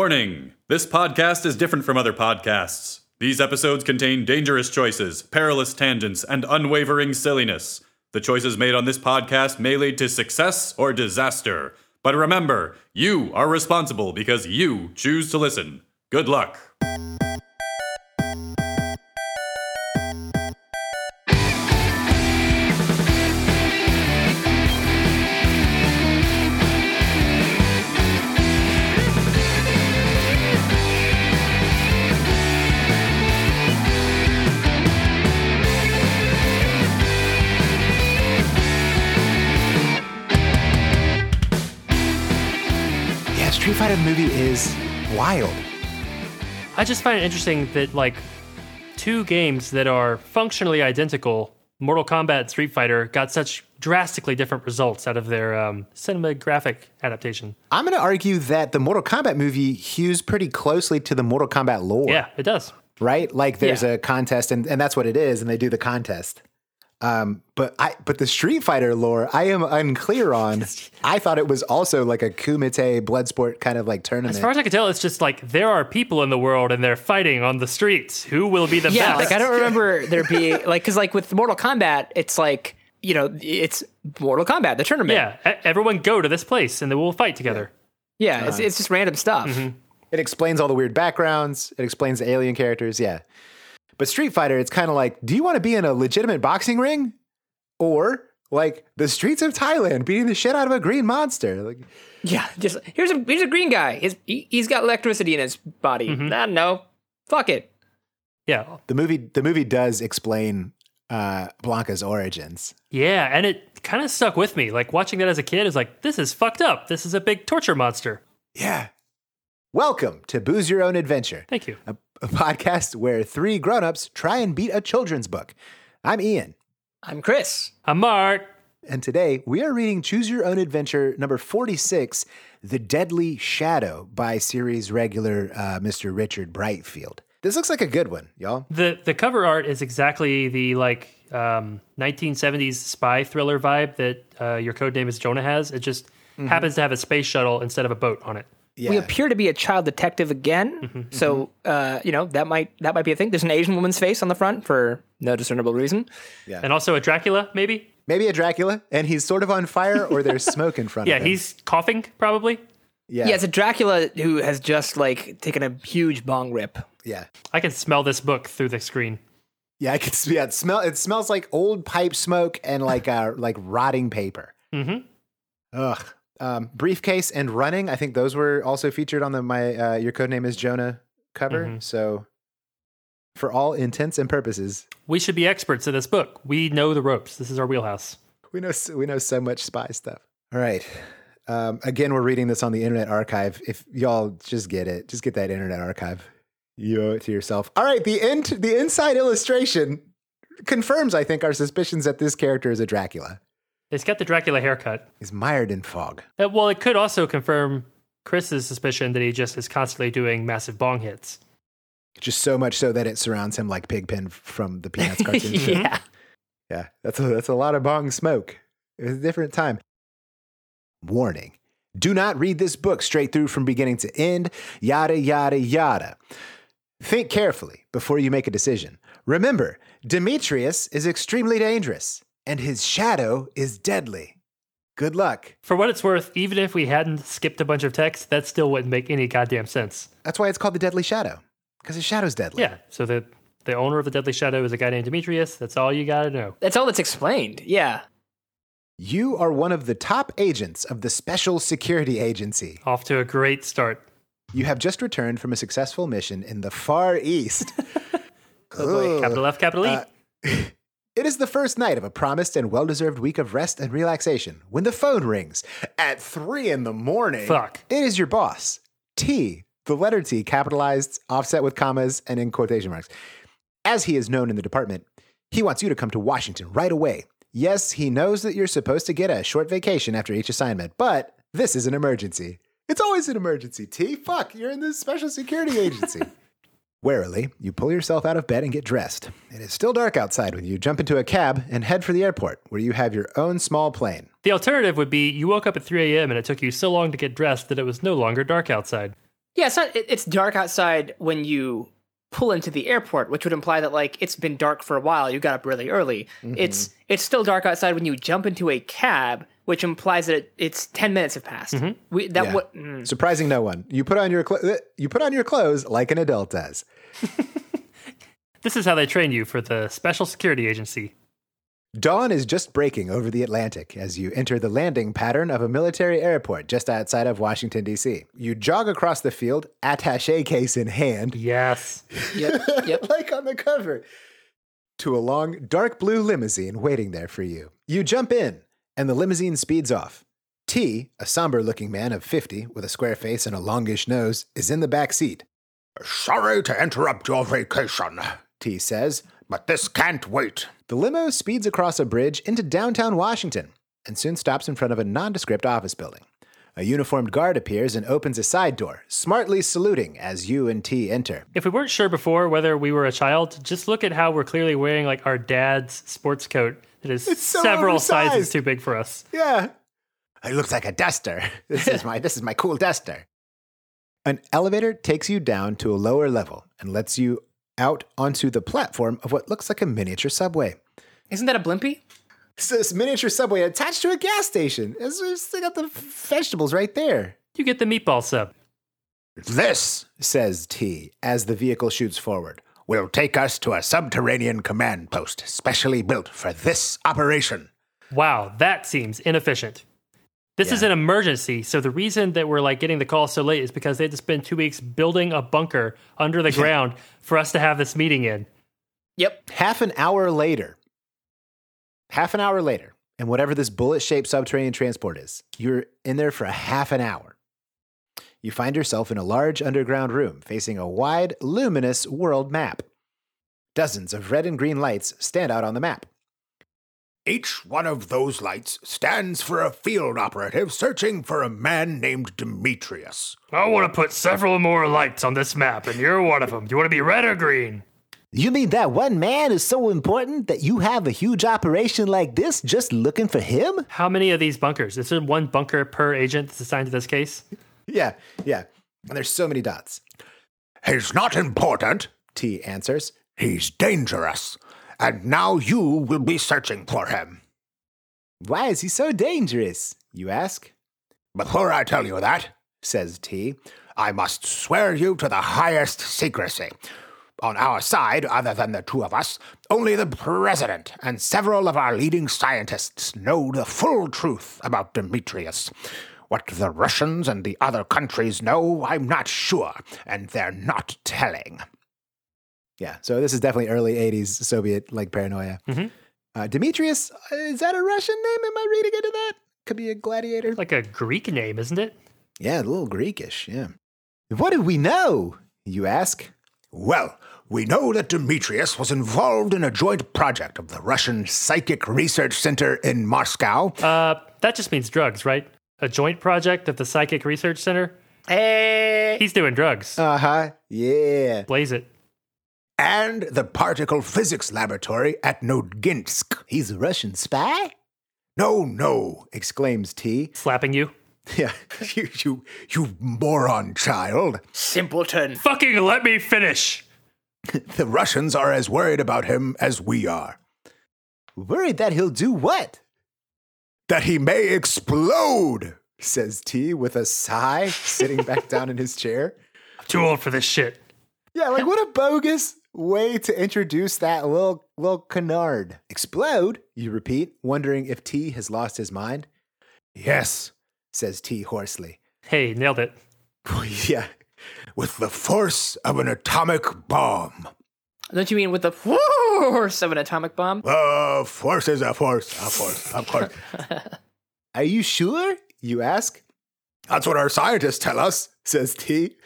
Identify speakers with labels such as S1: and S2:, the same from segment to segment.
S1: Warning this podcast is different from other podcasts. These episodes contain dangerous choices, perilous tangents, and unwavering silliness. The choices made on this podcast may lead to success or disaster. But remember, you are responsible because you choose to listen. Good luck.
S2: Yeah, Street Fighter movie is wild.
S3: I just find it interesting that like two games that are functionally identical, Mortal Kombat and Street Fighter, got such drastically different results out of their um, cinematographic adaptation.
S2: I'm going to argue that the Mortal Kombat movie hews pretty closely to the Mortal Kombat lore,
S3: Yeah, it does.
S2: right? Like there's
S3: Yeah.
S2: a contest, and, and that's what it is, and they do the contest. Um, but I but the Street Fighter lore, I am unclear on. I thought it was also like a Kumite Bloodsport kind of like tournament.
S3: As far as I can tell, it's just like there are people in the world and they're fighting on the streets. Who will be the
S4: yeah,
S3: best?
S4: like I don't remember there being like because like with Mortal Kombat, it's like you know it's Mortal Kombat the tournament.
S3: yeah, e- everyone go to this place and then we'll fight together.
S4: yeah,
S3: Uh-huh.
S4: it's, it's just random stuff.
S3: Mm-hmm.
S2: It explains all the weird backgrounds. It explains the alien characters. Yeah. But Street Fighter, it's kind of like, do you want to be in a legitimate boxing ring? Or like the streets of Thailand beating the shit out of a green monster? Like,
S4: Yeah, just here's a here's a green guy. His, he, he's got electricity in his body.
S3: Mm-hmm.
S4: I don't know. Fuck it.
S3: Yeah,
S2: the movie, the movie does explain uh, Blanca's origins.
S3: yeah, and it kind of stuck with me. Like watching that as a kid is like this is fucked up. This is a big torture monster.
S2: Yeah. Welcome to Booze Your Own Adventure,
S3: Thank you.
S2: a, a podcast where three grown-ups try and beat a children's book. I'm Ian.
S4: I'm Chris.
S3: I'm Mark.
S2: And today we are reading Choose Your Own Adventure number 46, The Deadly Shadow by series regular uh, Mr. Richard Brightfield. This looks like a good one, y'all.
S3: the the cover art is exactly the like um, 1970s spy thriller vibe that uh, your code name is Jonah has. It just happens to have a space shuttle instead of a boat on it.
S2: Yeah.
S4: We appear to be a child detective again,
S3: Mm-hmm.
S4: so uh, you know that might that might be a thing. There's an Asian woman's face on the front for no discernible reason.
S3: And also a Dracula, maybe.
S2: Maybe a Dracula, and he's sort of on fire or there's smoke in front
S3: Yeah,
S2: of him.
S3: he's coughing probably.
S2: yeah,
S4: Yeah, it's a Dracula who has just like taken a huge bong rip.
S2: yeah.
S3: I can smell this book through the screen.
S2: Yeah, I can see yeah, it smell it smells like old pipe smoke and like uh like rotting paper.
S3: Mhm.
S2: Ugh. Um, briefcase and running. I think those were also featured on the my uh, your code name is Jonah cover.
S3: Mm-hmm.
S2: So for all intents and purposes,
S3: We should be experts in this book. We know the ropes. This is our wheelhouse.
S2: we know s- we know so much spy stuff. All right. Um, again, we're reading this on the Internet Archive. If y'all just get it, just get that Internet Archive. You owe it to yourself. All right. The int the inside illustration confirms, I think, our suspicions that this character is a Dracula.
S3: It's got the Dracula haircut.
S2: He's mired in fog.
S3: Uh, well, it could also confirm Chris's suspicion that he just is constantly doing massive bong hits.
S2: Just so much so that it surrounds him like Pigpen f- from the Peanuts cartoon. show. Yeah, that's a, that's a lot of bong smoke. It was a different time. Warning. Do not read this book straight through from beginning to end. Yada, yada, yada. Think carefully before you make a decision. Remember, Demetrius is extremely dangerous, and his shadow is deadly. Good luck.
S3: For what it's worth, even if we hadn't skipped a bunch of text, that still wouldn't make any goddamn sense.
S2: That's why it's called the Deadly Shadow, because his shadow's deadly.
S3: Yeah. So the the owner of the Deadly Shadow is a guy named Demetrius. That's all you gotta know.
S4: That's all that's explained. Yeah.
S2: You are one of the top agents of the Special Security Agency.
S3: Off to a great start.
S2: You have just returned from a successful mission in the Far East. Ugh.
S3: Capital F, capital E.
S2: Uh, It is the first night of a promised and well deserved week of rest and relaxation when the phone rings at three in the morning.
S3: Fuck.
S2: It is your boss, T, the letter T, capitalized, offset with commas, and in quotation marks. As he is known in the department, he wants you to come to Washington right away. Yes, he knows that you're supposed to get a short vacation after each assignment, but this is an emergency. It's always an emergency, T. Fuck, you're in the special security agency. Warily, you pull yourself out of bed and get dressed. It is still dark outside when you jump into a cab and head for the airport, where you have your own small plane.
S3: the alternative would be you woke up at 3 a.m. and it took you so long to get dressed that it was no longer dark outside.
S4: Yeah, it's not. it- It's dark outside when you pull into the airport, which would imply that like it's been dark for a while. You got up really early.
S3: Mm-hmm.
S4: It's it's still dark outside when you jump into a cab, which implies that it, it's ten minutes have passed.
S3: Mm-hmm.
S4: We that
S2: Yeah.
S4: what mm.
S2: Surprising no one. You put on your clo- uh, you put on your clothes like an adult does.
S3: This is how they train you for the Special Security Agency.
S2: Dawn is just breaking over the Atlantic as you enter the landing pattern of a military airport just outside of Washington D.C. You jog across the field, attaché case in hand,
S3: Yes.
S4: yep, yep.
S2: like on the cover, to a long, dark blue limousine waiting there for you. You jump in, and the limousine speeds off. T, a somber looking man of 50 with a square face and a longish nose, is in the back seat.
S5: Sorry to interrupt your vacation,
S2: T says,
S5: but this can't wait.
S2: The limo speeds across a bridge into downtown Washington and soon stops in front of a nondescript office building. A uniformed guard appears and opens a side door, smartly saluting as you and T enter.
S3: If we weren't sure before whether we were a child, just look at how we're clearly wearing like our dad's sports coat that is
S2: so
S3: several
S2: oversized.
S3: sizes too big for us.
S2: Yeah. It looks like a duster. This is my this is my cool duster. An elevator takes you down to a lower level and lets you out onto the platform of what looks like a miniature subway.
S4: Isn't that a blimpy?
S2: It's this miniature subway attached to a gas station. It's, it's they got the vegetables right there.
S3: You get the meatball sub.
S5: This
S2: says T as the vehicle shoots forward.
S5: will take us to a subterranean command post specially built for this operation.
S3: Wow, that seems inefficient. This is an emergency, so the reason that we're like getting the call so late is because they had to spend two weeks building a bunker under the ground for us to have this meeting in.
S4: Yep.
S2: Half an hour later, half an hour later, and whatever this bullet shaped subterranean transport is, you're in there for a half an hour. You find yourself in a large underground room facing a wide, luminous world map. Dozens of red and green lights stand out on the map.
S5: Each one of those lights stands for a field operative searching for a man named Demetrius.
S3: I want to put several more lights on this map, and you're one of them. You want to be red or green?
S2: You mean that one man is so important that you have a huge operation like this just looking for him?
S3: How many of these bunkers? Is there one bunker per agent that's assigned to this case?
S2: Yeah, yeah. And there's so many dots.
S5: He's not important,
S2: T answers.
S5: he's dangerous. And now you will be searching for him.
S2: Why is he so dangerous? You ask,
S5: Before I tell you that,
S2: says T.
S5: I must swear you to the highest secrecy. On our side, other than the two of us, only the president and several of our leading scientists know the full truth about Demetrius. What the Russians and the other countries know, I'm not sure, and they're not telling.
S2: Yeah, so this is definitely early 80s Soviet like paranoia. Uh, Demetrius, is that a Russian name? Am I reading into that? Could be a gladiator.
S3: Like a Greek name, isn't it?
S2: Yeah, a little Greekish, yeah. What do we know? You ask.
S5: Well, we know that Demetrius was involved in a joint project of the Russian Psychic Research Center in Moscow.
S3: Uh, that just means drugs, right? A joint project of the Psychic Research Center.
S4: Hey.
S3: He's doing drugs.
S2: Uh huh. Yeah.
S3: Blaze it.
S5: and the particle physics laboratory at Nodginsk.
S2: He's a Russian spy?
S5: No, no,
S2: exclaims T.
S3: Slapping you.
S2: Yeah.
S5: you, you, you moron child.
S4: Simpleton.
S3: Fucking let me finish.
S5: The Russians are as worried about him as we are.
S2: Worried that he'll do what?
S5: That he may explode.
S2: Says T with a sigh, sitting back down in his chair.
S3: Too old for this shit.
S2: Yeah, like what a bogus way to introduce that little little canard. Explode, you repeat, wondering if T has lost his mind,
S5: Yes,
S2: says T hoarsely.
S3: Hey, nailed it.
S2: yeah.
S5: with the force of an atomic bomb.
S4: Don't you mean with the force of an atomic bomb?
S5: A force is a force, a force, of course.
S2: Are you sure? You ask,
S5: That's what our scientists tell us,
S2: says T.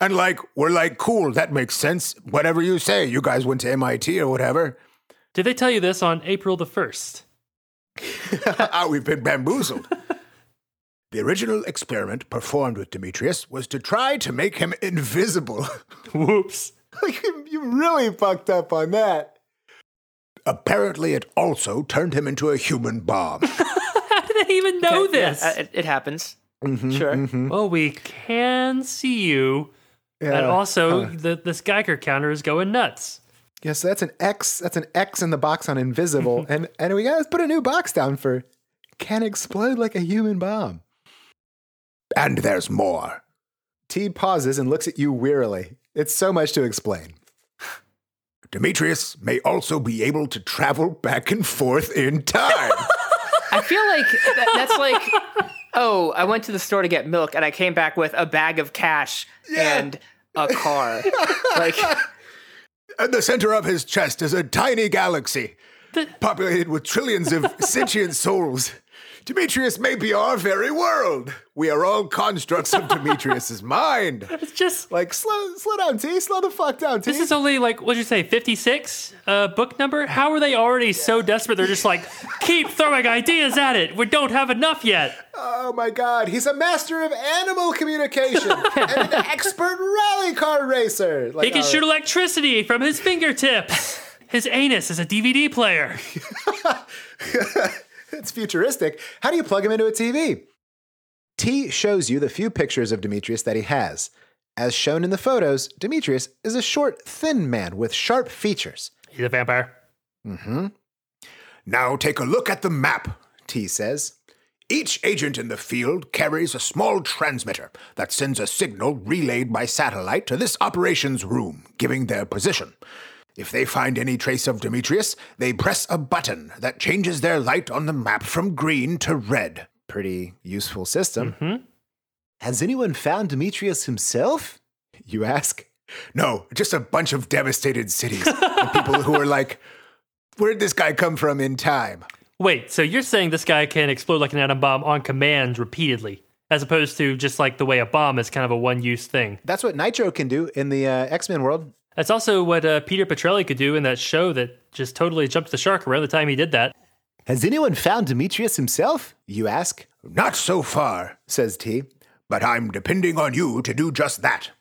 S5: And like, we're like, cool, that makes sense. Whatever you say, you guys went to MIT or whatever.
S3: Did they tell you this on April the 1st?
S5: Ah, we've been bamboozled. the original experiment performed with Demetrius was to try to make him invisible.
S3: Whoops.
S2: Like you- you really fucked up on that.
S5: Apparently, it also turned him into a human bomb.
S3: How did they even know
S4: Yeah,
S3: this?
S4: uh, it, it happens. sure.
S3: Well, we can see you, and also the this Geiger counter is going nuts.
S2: Yeah, so that's an X. That's an X in the box on invisible, and and we gotta put a new box down for can explode like a human bomb.
S5: And there's more.
S2: T pauses and looks at you wearily. It's so much to explain.
S5: Demetrius may also be able to travel back and forth in time.
S4: I feel like that, that's like, oh, I went to the store to get milk and I came back with a bag of cash and a car. like,
S5: At the center of his chest is a tiny galaxy populated with trillions of sentient souls. Demetrius may be our very world. We are all constructs of Demetrius's mind.
S3: It's just
S2: Like slow, slow down, T. Slow the fuck down, T.
S3: this is only like what'd you say, fifty six uh, book number? How are they already so desperate? They're just like keep throwing ideas at it. We don't have enough yet.
S2: oh my god, he's a master of animal communication and an expert rally car racer. Like,
S3: He can
S2: uh,
S3: shoot electricity from his fingertips. His anus is a DVD player.
S2: It's futuristic. How do you plug him into a TV? T shows you the few pictures of Demetrius that he has. As shown in the photos, Demetrius is a short, thin man with sharp features.
S3: He's a vampire.
S5: Now take a look at the map.
S2: T says,
S5: Each agent in the field carries a small transmitter that sends a signal relayed by satellite to this operations room, giving their position. If they find any trace of Demetrius, they press a button that changes their light on the map from green to red.
S2: pretty useful system. Has anyone found Demetrius himself? You ask.
S5: No, just a bunch of devastated cities. and people who are like, where'd this guy come from in time?
S3: Wait, so you're saying this guy can explode like an atom bomb on command repeatedly, as opposed to just like the way a bomb is kind of a one use thing?
S2: That's what Nitro can do in the uh, X Men world.
S3: That's also what uh, Peter Petrelli could do in that show that just totally jumped the shark around the time he did that.
S2: Has anyone found Demetrius himself? You ask,
S5: Not so far,
S2: says T.
S5: but I'm depending on you to do just that.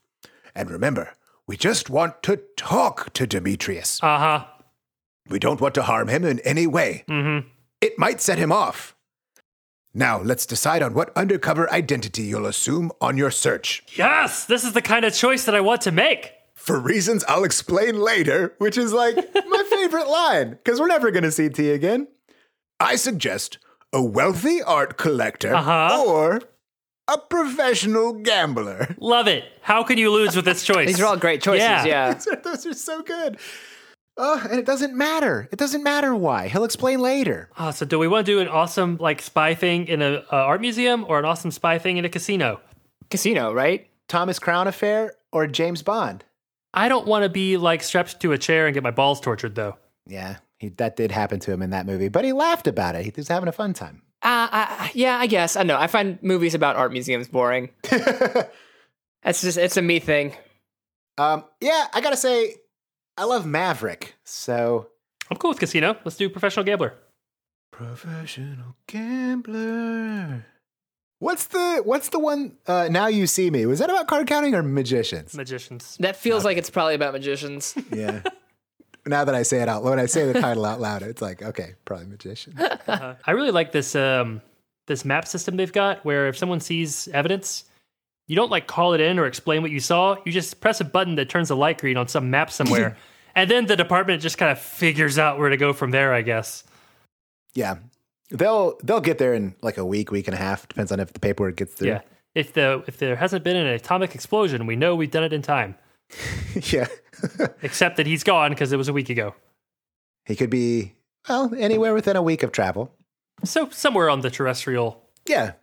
S5: And remember, we just want to talk to Demetrius.
S3: Uh huh.
S5: We don't want to harm him in any way.
S2: Mm-hmm.
S5: It might set him off. Now, let's decide on what undercover identity you'll assume on your search.
S3: Yes, this is the kind of choice that I want to make.
S5: For reasons I'll explain later,
S2: Which is like my favorite line, because we're never going to see T again.
S5: I suggest a wealthy art collector
S3: Uh-huh.
S5: or a professional gambler.
S3: Love it. How can you lose with this choice?
S4: these are all great choices.
S3: Yeah.
S4: Yeah.
S2: Those are so good. Oh, and it doesn't matter. It doesn't matter why. He'll explain later.
S3: Oh, so do we want to do an awesome like spy thing in a uh, art museum or an awesome spy thing in a casino?
S4: Casino, right?
S2: Thomas Crown affair or James Bond?
S3: I don't want to be like strapped to a chair and get my balls tortured though.
S2: Yeah, he, that did happen to him in that movie, but he laughed about it. He was having a fun time.
S4: Uh, I, yeah, I guess. I know. I find movies about art museums boring. That's just, it's a me thing.
S2: Um, yeah, I gotta say, I love Maverick. So
S3: I'm cool with casino. Let's do professional gambler.
S2: professional gambler. What's the what's the one? Uh, now you see me. Was that about card counting or magicians?
S3: Magicians.
S4: That feels like it's probably about magicians.
S2: Yeah. now that I say it out, when I say the title out loud, it's like okay, probably magician.
S3: I really like this um this map system they've got where if someone sees evidence, you don't like call it in or explain what you saw. You just press a button that turns the light green on some map somewhere. and then the department just kind of figures out where to go from there, I guess.
S2: Yeah. They'll they'll get there in like a week, week and a half. Depends on if the paperwork gets through.
S3: Yeah. If the if there hasn't been an atomic explosion, we know we've done it in time.
S2: yeah.
S3: Except that he's gone because it was a week ago.
S2: he could be well anywhere within a week of travel.
S3: So somewhere on the terrestrial.
S2: Yeah.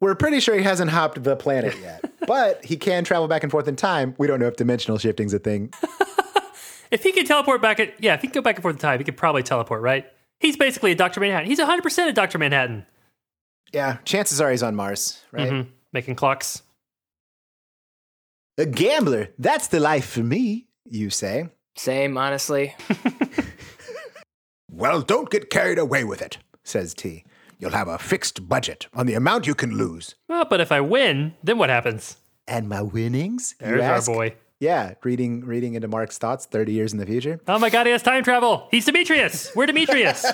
S2: We're pretty sure he hasn't hopped the planet yet, but he can travel back and forth in time. We don't know if dimensional shifting's a thing.
S3: If he can teleport back at yeah, if he can go back and forth in time, he could probably teleport, right? He's basically a Dr. Manhattan. He's 100% a Dr. Manhattan.
S2: Yeah, chances are he's on Mars, right?
S3: Mhm. Making clocks.
S2: A gambler, that's the life for me, you say.
S4: Same, honestly.
S5: Well, don't get carried away with it.
S2: Says T.
S5: You'll have a fixed budget on the amount you can lose.
S3: Well, but if I win, then what happens?
S2: And my winnings? You
S3: There's
S2: ask.
S3: our boy.
S2: Yeah, reading reading into Mark's thoughts 30 years in the future.
S3: Oh my god, he has time travel. He's Demetrius. We're Demetrius.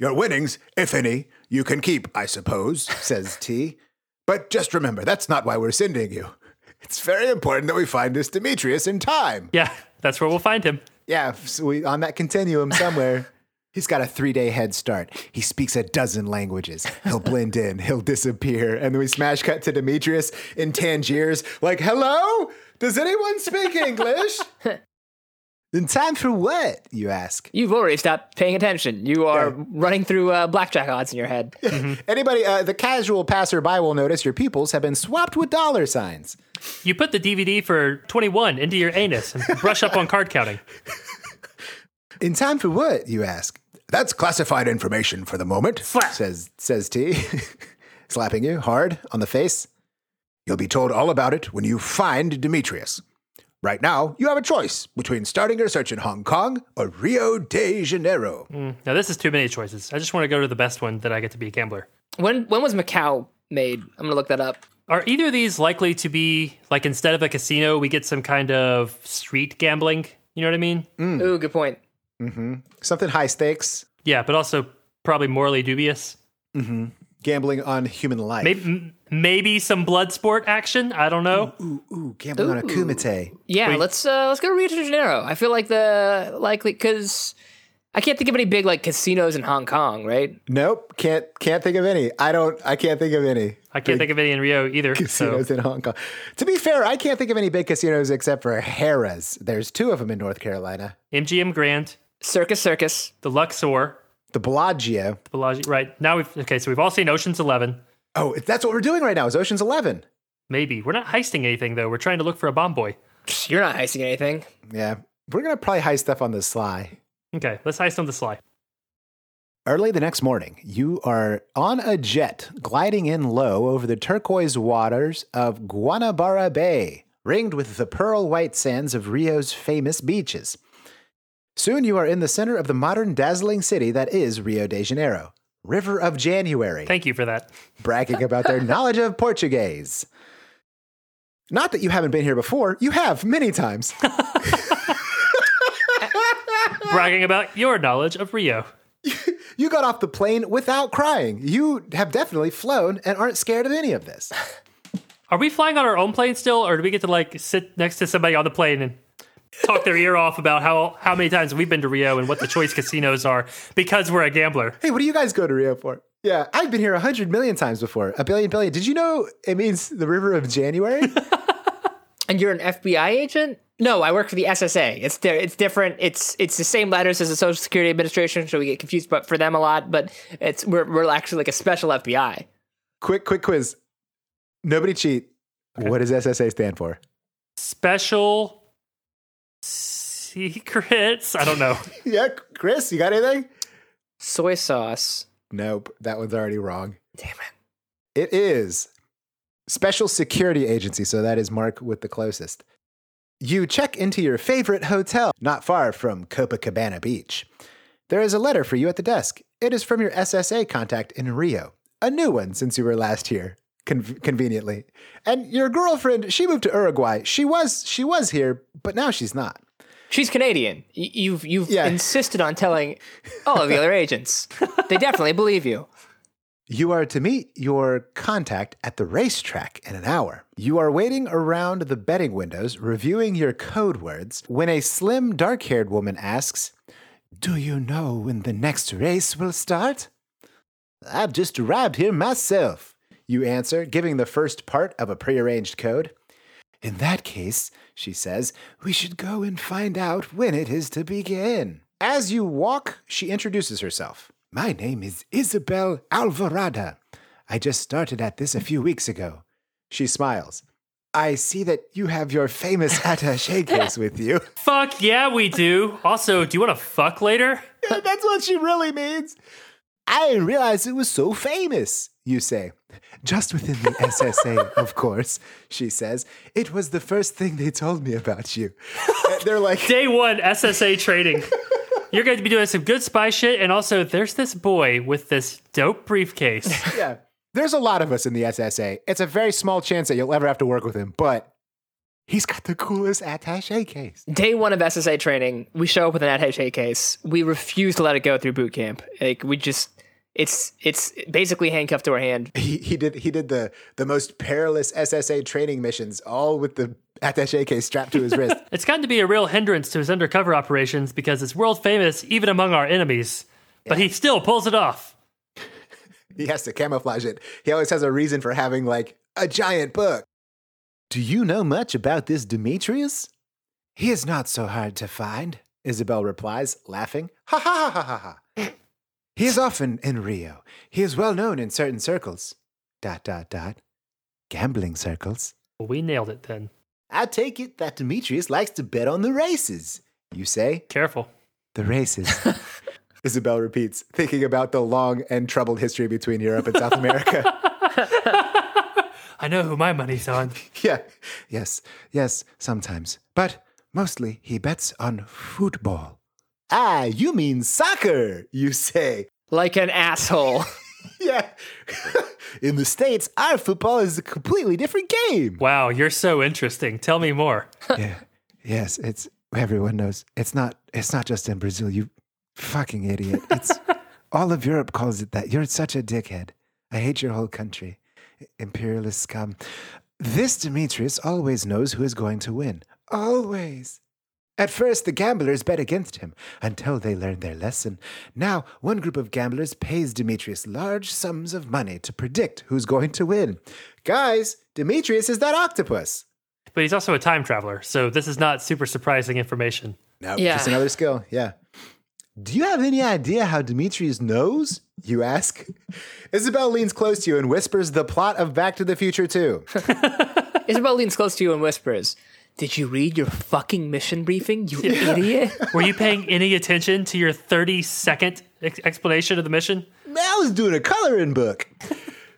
S5: Your winnings, if any, you can keep, I suppose, says T. But just remember, that's not why we're sending you. It's very important that we find this Demetrius in time.
S3: Yeah, that's where we'll find him.
S2: Yeah, so we, on that continuum somewhere. He's got a three day head start. He speaks a dozen languages. He'll blend in, he'll disappear. And then we smash cut to Demetrius in Tangiers, like, hello? Does anyone speak English? in time for what? You ask.
S4: You've already stopped paying attention. You are running through uh, blackjack odds in your head.
S2: Anybody, uh, the casual passerby will notice your pupils have been swapped with dollar signs.
S3: You put the DVD for 21 into your anus and brush up on card counting.
S2: In time for what? You ask.
S5: That's classified information for the moment.
S2: Says says T, slapping you hard on the face.
S5: You'll be told all about it when you find Demetrius. Right now, you have a choice between starting your search in Hong Kong or Rio de Janeiro.
S3: Now, this is too many choices. I just want to go to the best one that I get to be a gambler.
S4: When when was Macau made? I'm gonna look that up.
S3: Are either of these likely to be, like, instead of a casino, we get some kind of street gambling? You know what I mean?
S2: Mm.
S4: Ooh, good point.
S2: Something high stakes,
S3: Yeah, but also probably morally dubious.
S2: gambling on human life.
S3: Maybe, m- maybe some blood sport action. I don't
S2: Mm.
S3: know.
S2: Ooh, gambling on a kumite.
S4: Yeah, let's uh, let's go to Rio de Janeiro. I feel like the likely because I can't think of any big like casinos in Hong Kong, right?
S2: Nope, can't can't think of any. I don't. I can't think of any
S3: I can't think of any in Rio either. So
S2: casinos in Hong Kong. To be fair, I can't think of any big casinos except for Harrah's. There's two of them in North Carolina.
S3: MGM Grand,
S4: Circus, circus.
S3: the Luxor,
S2: The Bellagio.
S3: the Bellagio. Right now we've okay. So we've all seen Ocean's Eleven.
S2: Oh, that's what we're doing right now. Is Ocean's Eleven?
S3: Maybe we're not heisting anything though. We're trying to look for a bomb boy.
S4: Psh, You're not heisting anything.
S2: Yeah, we're gonna probably hide stuff on the sly.
S3: Okay, let's heist on the sly.
S2: Early the next morning, you are on a jet gliding in low over the turquoise waters of Guanabara Bay, ringed with the pearl white sands of Rio's famous beaches. Soon you are in the center of the modern dazzling city that is Rio de Janeiro, River of January,
S3: Thank you for that.
S2: bragging about their knowledge of Portuguese. Not that you haven't been here before, you have many times.
S3: Bragging about your knowledge of Rio.
S2: You got off the plane without crying. You have definitely flown and aren't scared of any of this.
S3: Are we flying on our own plane still, or do we get to like sit next to somebody on the plane and talk their ear off about how how many times we've been to Rio and what the choice casinos are because we're a gambler?
S2: hey, what do you guys go to Rio for? Yeah, I've been here a hundred million times before. A billion billion. Did you know it means the river of January?
S4: And you're an FBI agent? No, I work for the SSA. It's di- it's different. It's it's the same letters as the Social Security Administration, so we get confused but for them a lot. But it's we're we're actually like a special FBI.
S2: quick, quick quiz. Nobody cheat. What does SSA stand for?
S3: Special secrets. I don't know.
S2: Yeah, Chris, you got anything?
S4: Soy sauce.
S2: Nope, that one's already wrong. Damn it. It is Special Security Agency, so that is Mark with the closest. You check into your favorite hotel, not far from Copacabana Beach. There is a letter for you at the desk. It is from your SSA contact in Rio, a new one since you were last here, con- conveniently. And your girlfriend, she moved to Uruguay. She was she was here, but now she's not.
S4: She's Canadian. Y- you've you've
S2: Yeah.
S4: insisted on telling all of the other agents. They definitely believe you.
S2: You are to meet your contact at the racetrack in an hour. You are waiting around the betting windows, reviewing your code words, when a slim, dark haired woman asks, Do you know when the next race will start? I've just arrived here myself, you answer, giving the first part of a prearranged code. In that case, she says, we should go and find out when it is to begin. As you walk, she introduces herself. My name is Isabel Alvarada. I just started at this a few weeks ago. She smiles. I see that you have your famous attache case with you.
S3: Fuck yeah, we do. Also, do you want to fuck later?
S2: Yeah, that's what she really means. I didn't realize it was so famous, you say. Just within the SSA, of course, she says. It was the first thing they told me about you. And They're like,
S3: Day one SSA training. You're going to be doing some good spy shit, and also there's this boy with this dope briefcase.
S2: yeah, there's a lot of us in the SSA. It's a very small chance that you'll ever have to work with him, but He's got the coolest attache case.
S4: Day one of SSA training, we show up with an attache case. We refuse to let it go through boot camp. Like we just, it's it's basically handcuffed to our hand.
S2: He, he did he did the the most perilous SSA training missions, all with the attache case strapped to his wrist.
S3: It's gotten to be a real hindrance to his undercover operations because it's world famous even among our enemies. But he still pulls it off.
S2: he has to camouflage it. He always has a reason for having like a giant book. Do you know much about this Demetrius? He is not so hard to find, Isabel replies, laughing. Ha ha ha ha ha. ha. he is often in Rio. He is well known in certain circles. Dot dot dot. Gambling circles.
S3: Well, we nailed it then.
S2: I take it that Demetrius likes to bet on the races. You say?
S3: Careful.
S2: The races. Isabel repeats, thinking about the long and troubled history between Europe and South America.
S3: I know who my money's on.
S2: yeah. Yes. Yes, sometimes. But mostly he bets on football. Ah, you mean soccer, you say.
S4: Like an asshole.
S2: Yeah. In the States, our football is a completely different game.
S3: Wow, you're so interesting. Tell me more.
S2: yeah. Yes, it's everyone knows. It's not it's not just in Brazil, you fucking idiot. It's all of Europe calls it that. You're such a dickhead. I hate your whole country. Imperialist scum. This Demetrius always knows who is going to win. Always. At first, the gamblers bet against him until they learn their lesson. Now, one group of gamblers pays Demetrius large sums of money to predict who's going to win. Guys, Demetrius is that octopus.
S3: But he's also a time traveler, so this is not super surprising information.
S2: No,
S4: Yeah.
S2: just another skill. Yeah. Do you have any idea how Demetrius knows? You ask. Isabel leans close to you and whispers the plot of Back to the Future 2.
S4: Isabel leans close to you and whispers, "Did you read your fucking mission briefing, you idiot?"
S3: Were you paying any attention to your 30 second ex- explanation of the mission?
S2: I was doing a coloring book.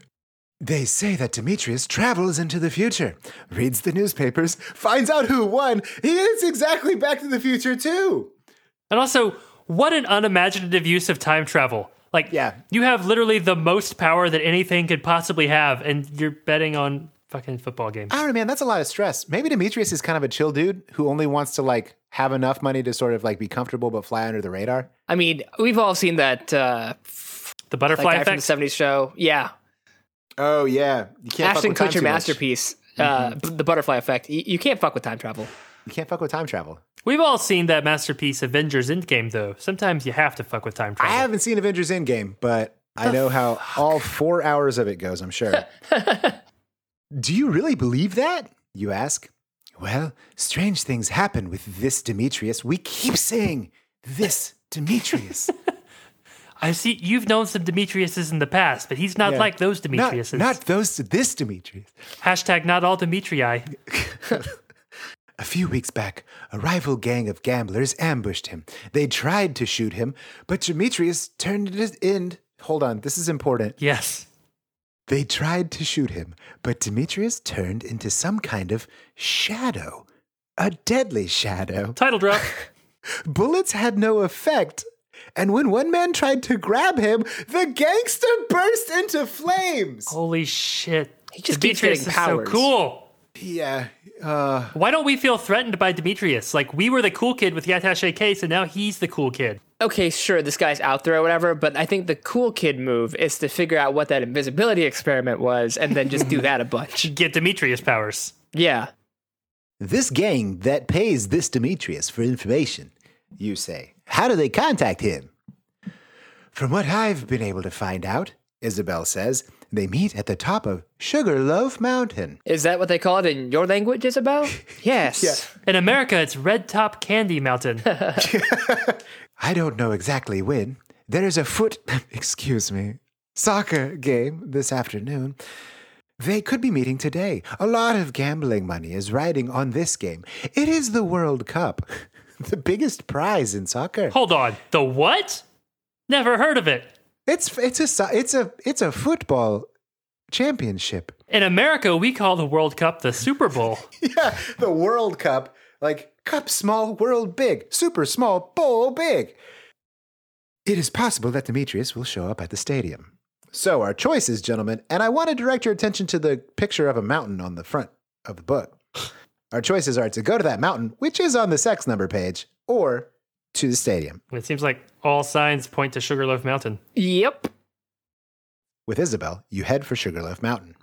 S2: they say that Demetrius travels into the future, reads the newspapers, finds out who won. He is exactly Back to the Future too.
S3: And also, what an unimaginative use of time travel. Like,
S2: Yeah.
S3: you have literally the most power that anything could possibly have, and you're betting on fucking football games.
S2: I don't know, man. That's a lot of stress. Maybe Demetrius is kind of a chill dude who only wants to like have enough money to sort of like be comfortable but fly under the radar.
S4: I mean, we've all seen that uh,
S3: The
S4: that
S3: butterfly
S4: guy from the
S3: effect.
S4: '70s show. Yeah,
S2: Oh yeah, you can't
S4: Ashton
S2: fuck with time
S4: Kutcher
S2: too much. Mm-hmm.
S4: masterpiece, uh, b- the butterfly effect. You, you can't fuck with time travel.
S2: You can't fuck with time travel.
S3: We've all seen that masterpiece Avengers Endgame, though. Sometimes you have to fuck with time
S2: I
S3: travel.
S2: haven't seen Avengers Endgame, but I know how all four hours of it goes, I'm sure. Do you really believe that? You ask. Well, strange things happen with this Demetrius. We keep saying this Demetrius.
S3: I see you've known some Demetriuses in the past, but he's not
S2: Yeah.
S3: like those
S2: not,
S3: Demetriuses.
S2: not those, this Demetrius.
S3: Hashtag not all Demetrii.
S2: A few weeks back, a rival gang of gamblers ambushed him. They tried to shoot him, but Demetrius turned it in. Hold on, this is important.
S3: Yes.
S2: They tried to shoot him, but Demetrius turned into some kind of shadow, a deadly shadow.
S3: Title drop.
S2: Bullets had no effect. And when one man tried to grab him, the gangster burst into flames.
S3: Holy shit. He
S4: just keeps
S3: Demetrius
S4: getting
S3: is
S4: powers.
S3: so cool.
S2: Yeah. Uh,
S3: Why don't we feel threatened by Demetrius? Like we were the cool kid with the attaché case, and now he's the cool kid.
S4: okay, sure, this guy's out there or whatever, but I think the cool kid move is to figure out what that invisibility experiment was and then just do that a bunch.
S3: Get Demetrius powers.
S4: Yeah.
S2: this gang that pays this Demetrius for information, you say, how do they contact him? From what I've been able to find out, Isabel says, they meet at the top of Sugarloaf Mountain.
S4: Is that what they call it in your language, Isabel? Yes.
S3: In America, it's Red Top Candy Mountain.
S2: I don't know exactly when. There is a foot, excuse me, soccer game this afternoon. They could be meeting today. A lot of gambling money is riding on this game. It is the World Cup, the biggest prize in soccer.
S3: Hold on. The what? Never heard of it.
S2: It's it's a so- it's a it's a football championship.
S3: In America, we call the World Cup the Super Bowl.
S2: Yeah, the World Cup, like cup small, world big, super small, bowl big. It is possible that Demetrius will show up at the stadium. So, our choices, gentlemen, and I want to direct your attention to the picture of a mountain on the front of the book. Our choices are to go to that mountain, which is on the sex number page, or to the stadium
S3: It seems like all signs point to Sugarloaf Mountain.
S4: Yep.
S2: with Isabel. You head for Sugarloaf Mountain.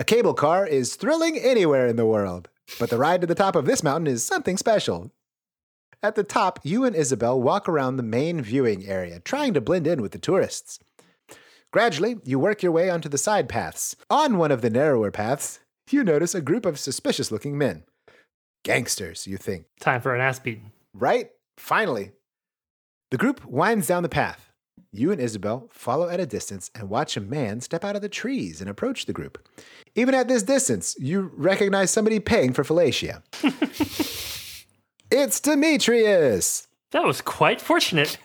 S2: A cable car is thrilling anywhere in the world, but the ride to the top of this mountain is something special. At the top, you and Isabel walk around the main viewing area, trying to blend in with the tourists. Gradually, you work your way onto the side paths. On one of the narrower paths, you notice a group of suspicious looking men. Gangsters, you think.
S3: Time for an ass beating.
S2: Right? Finally. The group winds down the path. You and Isabel follow at a distance and watch a man step out of the trees and approach the group. Even at this distance, you recognize somebody paying for fellatio. it's Demetrius!
S3: That was quite fortunate.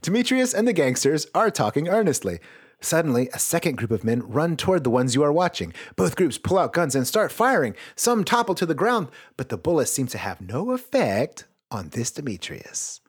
S2: Demetrius and the gangsters are talking earnestly. Suddenly, a second group of men run toward the ones you are watching. Both groups pull out guns and start firing. Some topple to the ground, but the bullets seem to have no effect on this Demetrius.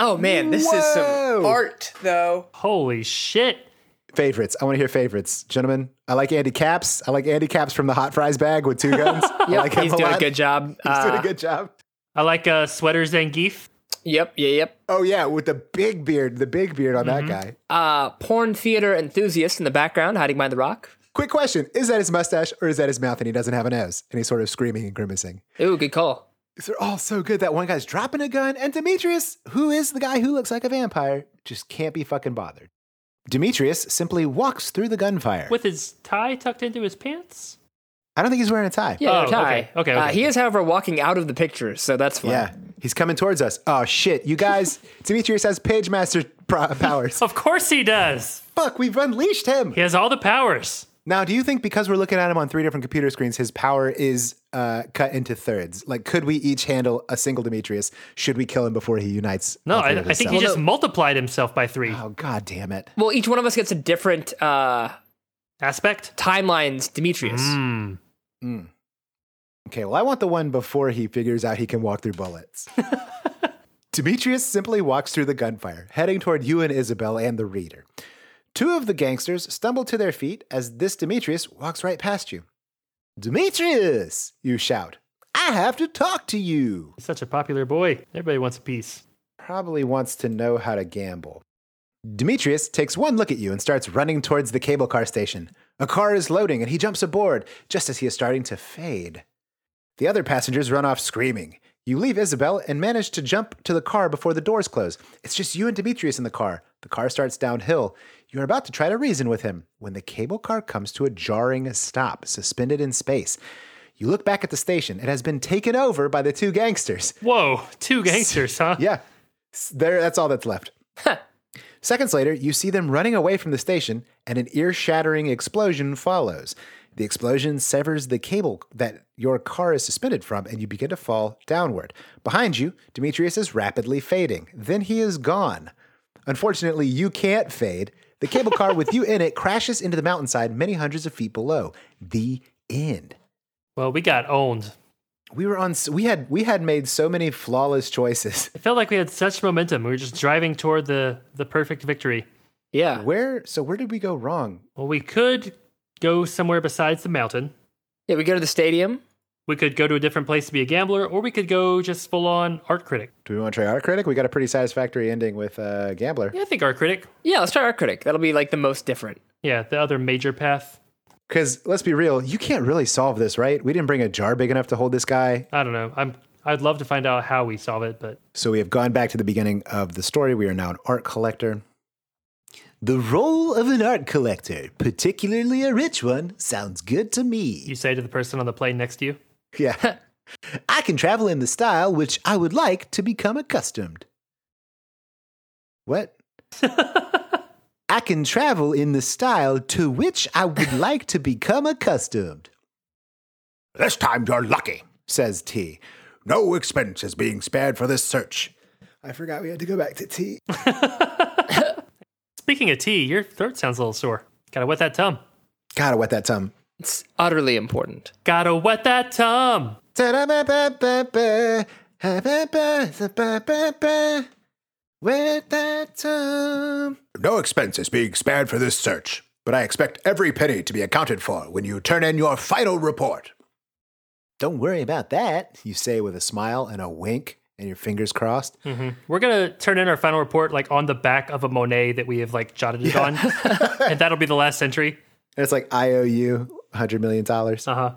S4: Oh man, this is some
S2: Whoa.
S4: art though.
S3: Holy shit.
S2: Favorites. I want to hear favorites, gentlemen. I like Andy Caps. I like Andy Caps from the Hot Fries bag with two guns. I like him
S4: He's doing
S2: lot.
S4: a good job. He's
S2: He's doing a good job.
S3: I like uh, Sweater Zangief.
S4: Uh, Yep, yeah, yep.
S2: Oh yeah, with the big beard, the big beard on that guy.
S4: Uh, porn theater enthusiast in the background, hiding behind the rock.
S2: Quick question: Is that his mustache or is that his mouth? And he doesn't have a nose, and he's sort of screaming and grimacing.
S4: Ooh, good call.
S2: They're all so good. That one guy's dropping a gun, and Demetrius, who is the guy who looks like a vampire, just can't be fucking bothered. Demetrius simply walks through the gunfire.
S3: With his tie tucked into his pants?
S2: I don't think he's wearing a tie.
S4: Yeah,
S3: Oh,
S4: no tie.
S3: okay, okay,
S4: Uh,
S3: okay.
S4: he is, however, walking out of the picture, so that's fine.
S2: Yeah, he's coming towards us. Oh shit, you guys! Demetrius has page master pro- powers.
S3: Of course he does.
S2: Fuck, we've unleashed him.
S3: He has all the powers.
S2: Now, do you think because we're looking at him on three different computer screens, his power is uh, cut into thirds? Like, could we each handle a single Demetrius? Should we kill him before he unites?
S3: No,
S2: all
S3: I,
S2: three of
S3: I
S2: his
S3: think he
S2: selves?
S3: just multiplied himself by three.
S2: Oh god damn it!
S4: Well, each one of us gets a different uh,
S3: Aspect?
S4: timelines, Demetrius.
S3: Mm.
S2: Okay, well, I want the one before he figures out he can walk through bullets. Demetrius simply walks through the gunfire, heading toward you and Isabel and the reader. Two of the gangsters stumble to their feet as this Demetrius walks right past you. Demetrius, you shout. I have to talk to you.
S3: He's such a popular boy. Everybody wants a piece.
S2: Probably wants to know how to gamble. Demetrius takes one look at you and starts running towards the cable car station. A car is loading and he jumps aboard just as he is starting to fade. The other passengers run off screaming. You leave Isabel and manage to jump to the car before the doors close. It's just you and Demetrius in the car. The car starts downhill. You're about to try to reason with him when the cable car comes to a jarring stop, suspended in space. You look back at the station. It has been taken over by the two gangsters.
S3: Whoa, two gangsters, huh?
S2: Yeah. S- There that's all that's left. Seconds later, you see them running away from the station and an ear-shattering explosion follows. The explosion severs the cable that your car is suspended from and you begin to fall downward. Behind you, Demetrius is rapidly fading. Then he is gone. Unfortunately, you can't fade. The cable car with you in it crashes into the mountainside many hundreds of feet below. The end
S3: Well, we got owned.
S2: we were on s- we had we had made so many flawless choices
S3: It felt like we had such momentum. We were just driving toward the, the perfect victory.
S4: Yeah.
S2: where so where did we go wrong
S3: Well, we could go somewhere besides the mountain.
S4: Yeah, we go to the stadium.
S3: We could go to a different place to be a gambler, or we could go just full on art critic.
S2: do we want to try art critic we got a pretty satisfactory ending with uh gambler
S3: Yeah, I think art critic.
S4: Yeah, let's try our critic. That'll be like the most different.
S3: Yeah, the other major path.
S2: because let's be real you can't really solve this right we didn't bring a jar big enough to hold this guy
S3: I don't know. I'm. I'd love to find out how we solve it, but
S2: So we have gone back to the beginning of the story. We are now an art collector. The role of an art collector, particularly a rich one, sounds good to
S3: you
S2: me.
S3: say to the person on the plane next to you,
S2: Yeah. I can travel in the style which I would like to become accustomed. What? I can travel in the style to which I would like to become accustomed,
S5: This time you're lucky.
S2: says T.
S5: No expense is being spared for this search.
S2: I forgot we had to go back to T.
S3: "Speaking of tea, your throat sounds a little sore. Gotta wet that tum.
S2: Gotta wet that tongue.
S4: It's utterly important.
S3: Gotta wet that tum."
S2: Ta-da-ba-ba-ba-ba. Ha-ba-ba-ba-ba-ba. With that time.
S5: No expense is being spared for this search, but I expect every penny to be accounted for when you turn in your final report.
S2: Don't worry about that, you say with a smile and a wink and your fingers crossed.
S3: We're gonna turn in our final report like on the back of a Monet that we have like jotted it on, and that'll be the last entry.
S2: And it's like, I owe you $100 million.
S3: Uh huh.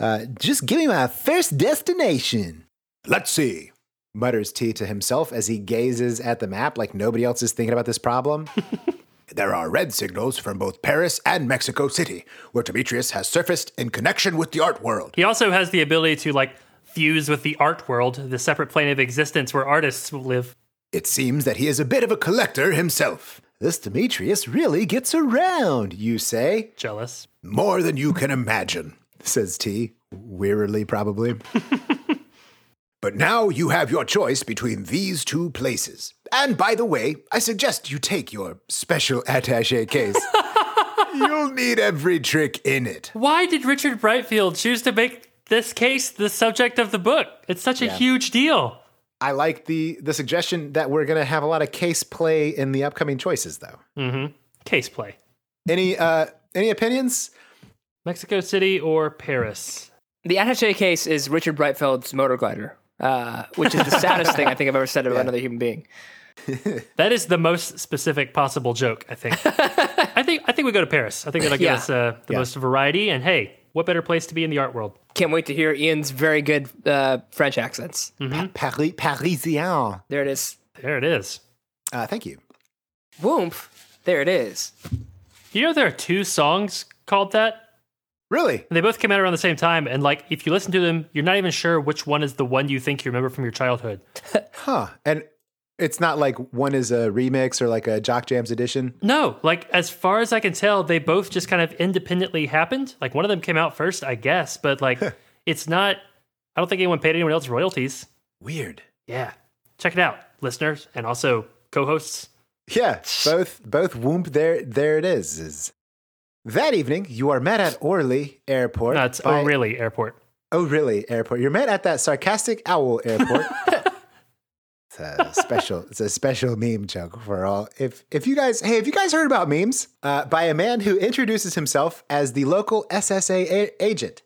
S2: Uh, just give me my first destination,
S5: Let's see.
S2: mutters T to himself as he gazes at the map like nobody else is thinking about this problem.
S5: There are red signals from both Paris and Mexico City, where Demetrius has surfaced in connection with the art world.
S3: He also has the ability to like fuse with the art world, the separate plane of existence where artists live.
S5: It seems that he is a bit of a collector himself,
S2: this Demetrius really gets around, you say,
S3: Jealous.
S5: more than you can imagine.
S2: says T, wearily probably.
S5: But now you have your choice between these two places. And by the way, I suggest you take your special attache case. You'll need every trick in it.
S3: Why did Richard Brightfield choose to make this case the subject of the book? It's such a huge deal.
S2: I like the the suggestion that we're gonna have a lot of case play in the upcoming choices, though.
S3: Case play.
S2: Any uh any opinions?
S3: Mexico City or Paris?
S4: The attaché case is Richard Brightfeld's motor glider, uh, which is the saddest thing I think I've ever said about another human being.
S3: That is the most specific possible joke, I think. I think I think we go to Paris. I think that'll give
S4: Yeah.
S3: us uh, the most variety. And hey, what better place to be in the art world?
S4: Can't wait to hear Ian's very good uh, French accents.
S2: Paris, Parisien.
S4: There it is.
S3: There it is.
S2: Uh, thank you.
S4: Woomph. There it is.
S3: You know there are two songs called that?
S2: Really?
S3: And they both came out around the same time, and like if you listen to them, you're not even sure which one is the one you think you remember from your childhood.
S2: Huh. And it's not like one is a remix or like a Jock Jams edition.
S3: No, like as far as I can tell, they both just kind of independently happened. Like one of them came out first, I guess, but like it's not. I don't think anyone paid anyone else royalties.
S2: Weird.
S3: Yeah, check it out, listeners, and also co-hosts.
S2: Yeah, both both whoomp there there it is. is. That evening, you are met at Orly Airport.
S3: No, it's
S2: by-
S3: oh really airport.
S2: Oh, really? Airport. You're met at that sarcastic owl airport. it's a special. It's a special meme joke for all. If if you guys, hey, have you guys heard about memes? Uh, by a man who introduces himself as the local SSA a- agent.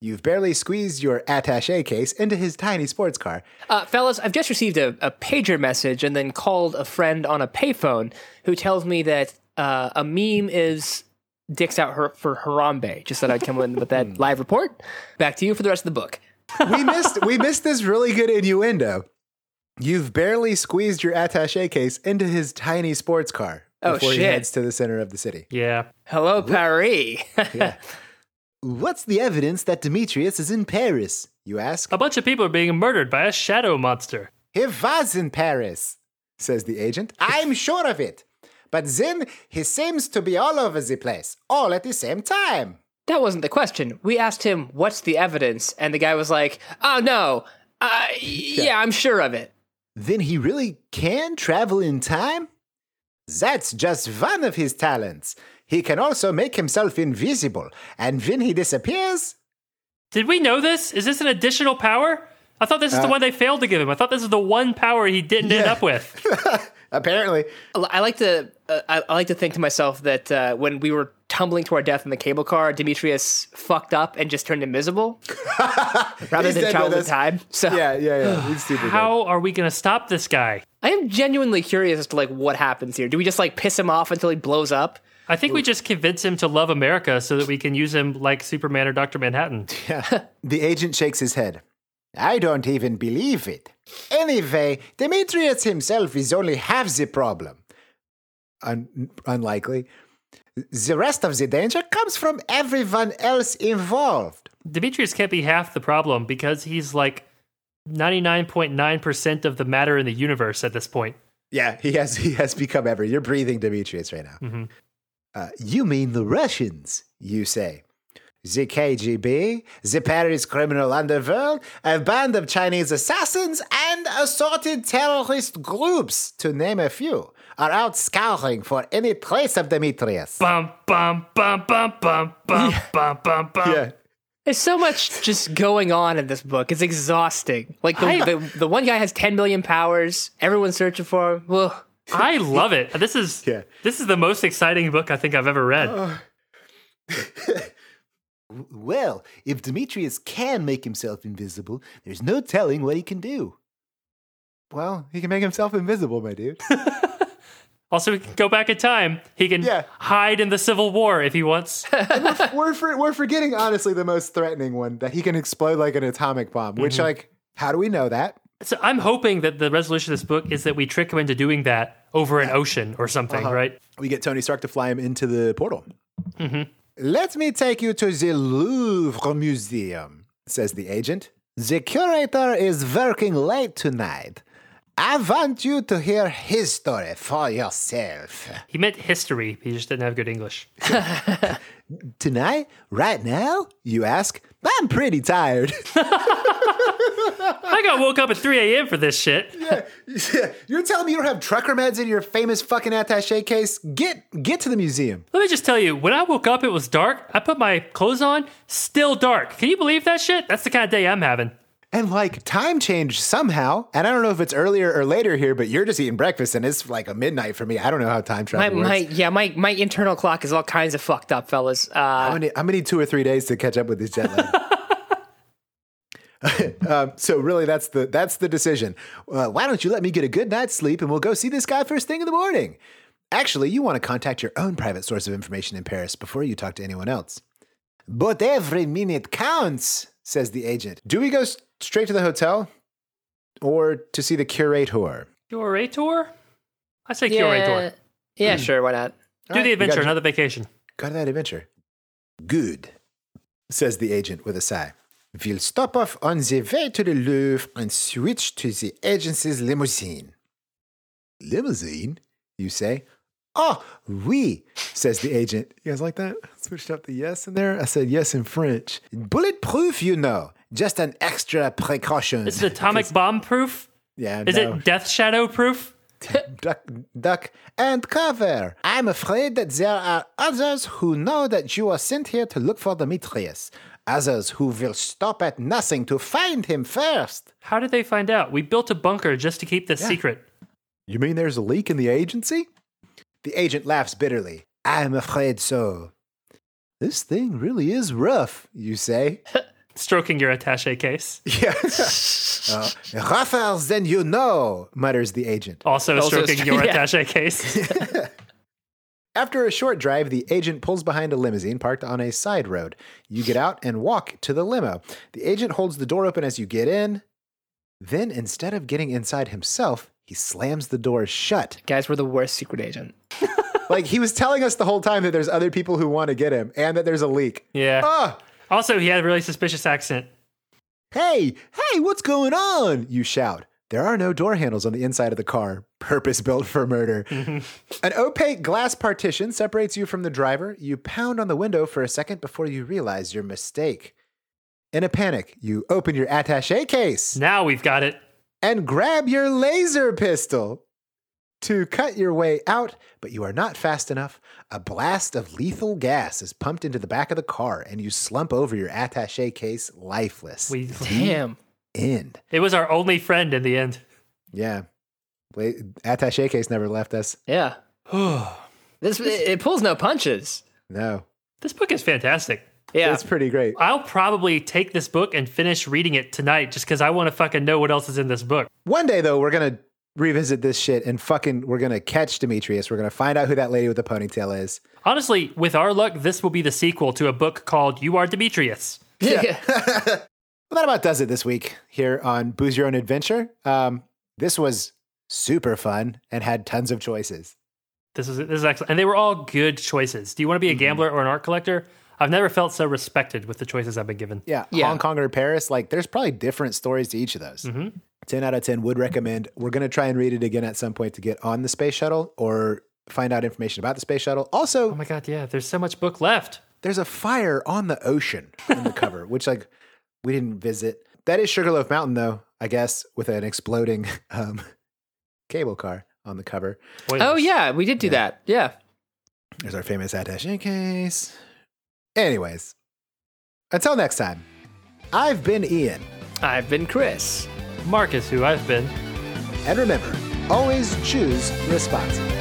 S2: You've barely squeezed your attaché case into his tiny sports car.
S4: Uh, fellas, I've just received a, a pager message and then called a friend on a payphone who tells me that uh, a meme is dicks out her, for Harambe. Just thought I'd come in with that live report. Back to you for the rest of the book.
S2: We missed we missed this really good innuendo. You've barely squeezed your attaché case into his tiny sports car
S4: Oh,
S2: before he
S4: shit.
S2: heads to the center of the city.
S3: Yeah,
S4: Hello, Paris.
S2: What's the evidence that Demetrius is in Paris? You ask.
S4: Oh.
S3: a bunch of people are being murdered by a shadow monster.
S2: He was in Paris, says the agent. I'm sure of it. But then he seems to be all over the place, all at the same time.
S4: that wasn't the question. We asked him, what's the evidence? And the guy was like, oh, no. Uh, y- yeah, I'm sure of it.
S2: Then he really can travel in time? That's just one of his talents. He can also make himself invisible, and when he disappears,
S3: Did we know this? Is this an additional power? I thought this is the one they failed to give him. I thought this is the one power he didn't end up with.
S2: apparently,
S4: I like to uh, I I like to think to myself that uh, when we were tumbling to our death in the cable car, Demetrius fucked up and just turned invisible, rather
S2: He's
S4: than
S2: dead
S4: travel
S2: with
S4: in
S2: us.
S4: time. So
S2: yeah, yeah, yeah. It's super good.
S3: How are we going to stop this guy?
S4: I am genuinely curious as to like what happens here. Do we just like piss him off until he blows up?
S3: I think we just convince him to love America so that we can use him like Superman or Dr. Manhattan.
S2: The agent shakes his head. I don't even believe it. Anyway, Demetrius himself is only half the problem. Un- unlikely. The rest of the danger comes from everyone else involved.
S3: Demetrius can't be half the problem because he's like 99.9% of the matter in the universe at this point.
S2: Yeah, he has he has become every. You're breathing Demetrius right now.
S3: Mm-hmm.
S2: Uh, you mean the Russians? You say. The KGB, the Paris criminal underworld, a band of Chinese assassins, and assorted terrorist groups, to name a few, are out scouring for any trace of Demetrius.
S3: Bum, bum, bum, bum, bum, bum, bum, bum, bum.
S4: There's so much just going on in this book. It's exhausting. Like the, the, the one guy has 10 million powers. Everyone's searching for him. Well,
S3: I love it. This is
S2: Yeah.
S3: this is the most exciting book I think I've ever read.
S2: Well, if Demetrius can make himself invisible, there's no telling what he can do. Well, he can make himself invisible, my dude.
S3: Also, he can go back in time. He can
S2: Yeah.
S3: hide in the Civil War if he wants.
S2: we're for, we're forgetting honestly the most threatening one that he can explode like an atomic bomb. Which like, how do we know that?
S3: so I'm hoping that the resolution of this book is that we trick him into doing that over an ocean or something,
S2: Uh-huh.
S3: right?
S2: We get Tony Stark to fly him into the portal. Mm-hmm. Let me take you to the Louvre Museum, says the agent. The curator is working late tonight. I want you to hear his story for yourself.
S3: He meant history. He just didn't have good English.
S2: Tonight? Right now? You ask. I'm pretty tired.
S3: I got woke up at 3 a.m. for this shit.
S2: You're telling me you don't have trucker meds in your famous fucking attache case? Get get to the museum.
S3: Let me just tell you, when I woke up, it was dark. I put my clothes on, still dark. Can you believe that shit? That's the kind of day I'm having.
S2: And like time changed somehow. And I don't know if it's earlier or later here, but you're just eating breakfast and it's like a midnight for me. I don't know how time
S4: My,
S2: travel works.
S4: my yeah, my my internal clock is all kinds of fucked up, fellas. Uh,
S2: I'm gonna, I'm gonna need two or three days to catch up with this jet lag. um, so really, that's the that's the decision. Uh, why don't you let me get a good night's sleep and we'll go see this guy first thing in the morning? Actually, you want to contact your own private source of information in Paris before you talk to anyone else. But every minute counts, says the agent. Do we go s- straight to the hotel, or to see the curator?
S3: Curator? I say
S4: yeah,
S3: curator.
S4: yeah, sure, why not?
S3: Do
S2: All right,
S3: the
S2: we got
S3: adventure,
S2: you.
S3: another vacation.
S2: Go to that adventure. Good, says the agent with a sigh. We'll stop off on the way to the Louvre and switch to the agency's limousine. Limousine? You say. Oh, oui, says the agent. You guys like that? Switched up the yes in there. I said yes in French. Bulletproof, you know. Just an extra precaution.
S3: Is it atomic bomb proof?
S2: yeah,
S3: Is
S2: no.
S3: it death shadow proof?
S2: duck, duck, and cover. I'm afraid that there are others who know that you are sent here to look for Demetrius. Others who will stop at nothing to find him first.
S3: How did they find out? We built a bunker just to keep this secret.
S2: You mean there's a leak in the agency? The agent laughs bitterly. I'm afraid so. This thing really is rough, you say.
S3: Stroking your attache case.
S2: yeah. Uh, rougher than you know, mutters the agent.
S3: Also,
S4: Also
S3: stroking
S4: stro-
S3: your
S4: yeah.
S3: attache case.
S2: After a short drive, the agent pulls behind a limousine parked on a side road. You get out and walk to the limo. The agent holds the door open as you get in. Then, instead of getting inside himself, he slams the door shut.
S4: Guys, we're the worst secret agent.
S2: like he was telling us the whole time that there's other people who want to get him and that there's a leak.
S3: yeah.
S2: Ah!
S3: Also, he had a really suspicious accent.
S2: Hey, hey, what's going on? You shout. There are no door handles on the inside of the car, purpose built for murder. An opaque glass partition separates you from the driver. You pound on the window for a second before you realize your mistake. In a panic, you open your attache case
S3: Now we've got it.
S2: and grab your laser pistol to cut your way out, but you are not fast enough. A blast of lethal gas is pumped into the back of the car, and you slump over your attache case lifeless.
S3: We.
S4: Damn.
S2: end.
S3: It was our only friend in the end.
S2: Yeah. La- Attache case never left us.
S4: Yeah. this it, it pulls no punches.
S2: No.
S3: This book is fantastic.
S4: Yeah.
S2: It's pretty great.
S3: I'll probably take this book and finish reading it tonight just because I want to fucking know what else is in this book.
S2: One day, though, we're going to revisit this shit and fucking, we're going to catch Demetrius. We're going to find out who that lady with the ponytail is.
S3: Honestly, with our luck, this will be the sequel to a book called You Are Demetrius.
S4: yeah.
S2: Well, that about does it this week here on Booze Your Own Adventure. Um, this was super fun and had tons of choices.
S3: This is this is excellent. And they were all good choices. Do you want to be a
S4: Mm-hmm.
S3: gambler or an art collector? I've never felt so respected with the choices I've been given.
S2: Yeah.
S4: Yeah. Mm-hmm.
S2: Hong Kong or Paris, like, there's probably different stories to each of those. 10 out of 10 would recommend. We're going to try and read it again at some point to get on the space shuttle or find out information about the space shuttle. Also,
S3: Oh my god, yeah, there's so much book left.
S2: there's a fire on the ocean in the cover, which like we didn't visit. That is Sugarloaf Mountain, though, I guess, with an exploding um, cable car on the cover.
S4: oh yeah, we did do that. Yeah.
S2: There's our famous attache case. Anyways, until next time, I've been Ian.
S4: I've been Chris.
S3: Marcus, who I've been.
S2: And remember, always choose responsibly.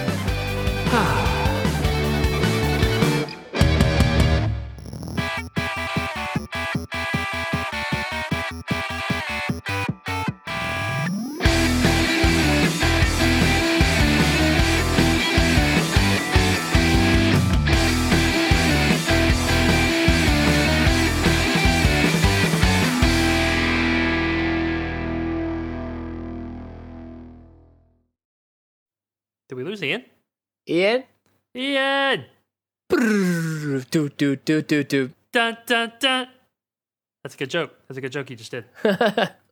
S3: Did we lose Ian?
S4: Ian?
S3: Ian!
S4: Brrr, do, do, do, do, do.
S3: Dun, dun, dun. That's a good joke. That's a good joke you just did.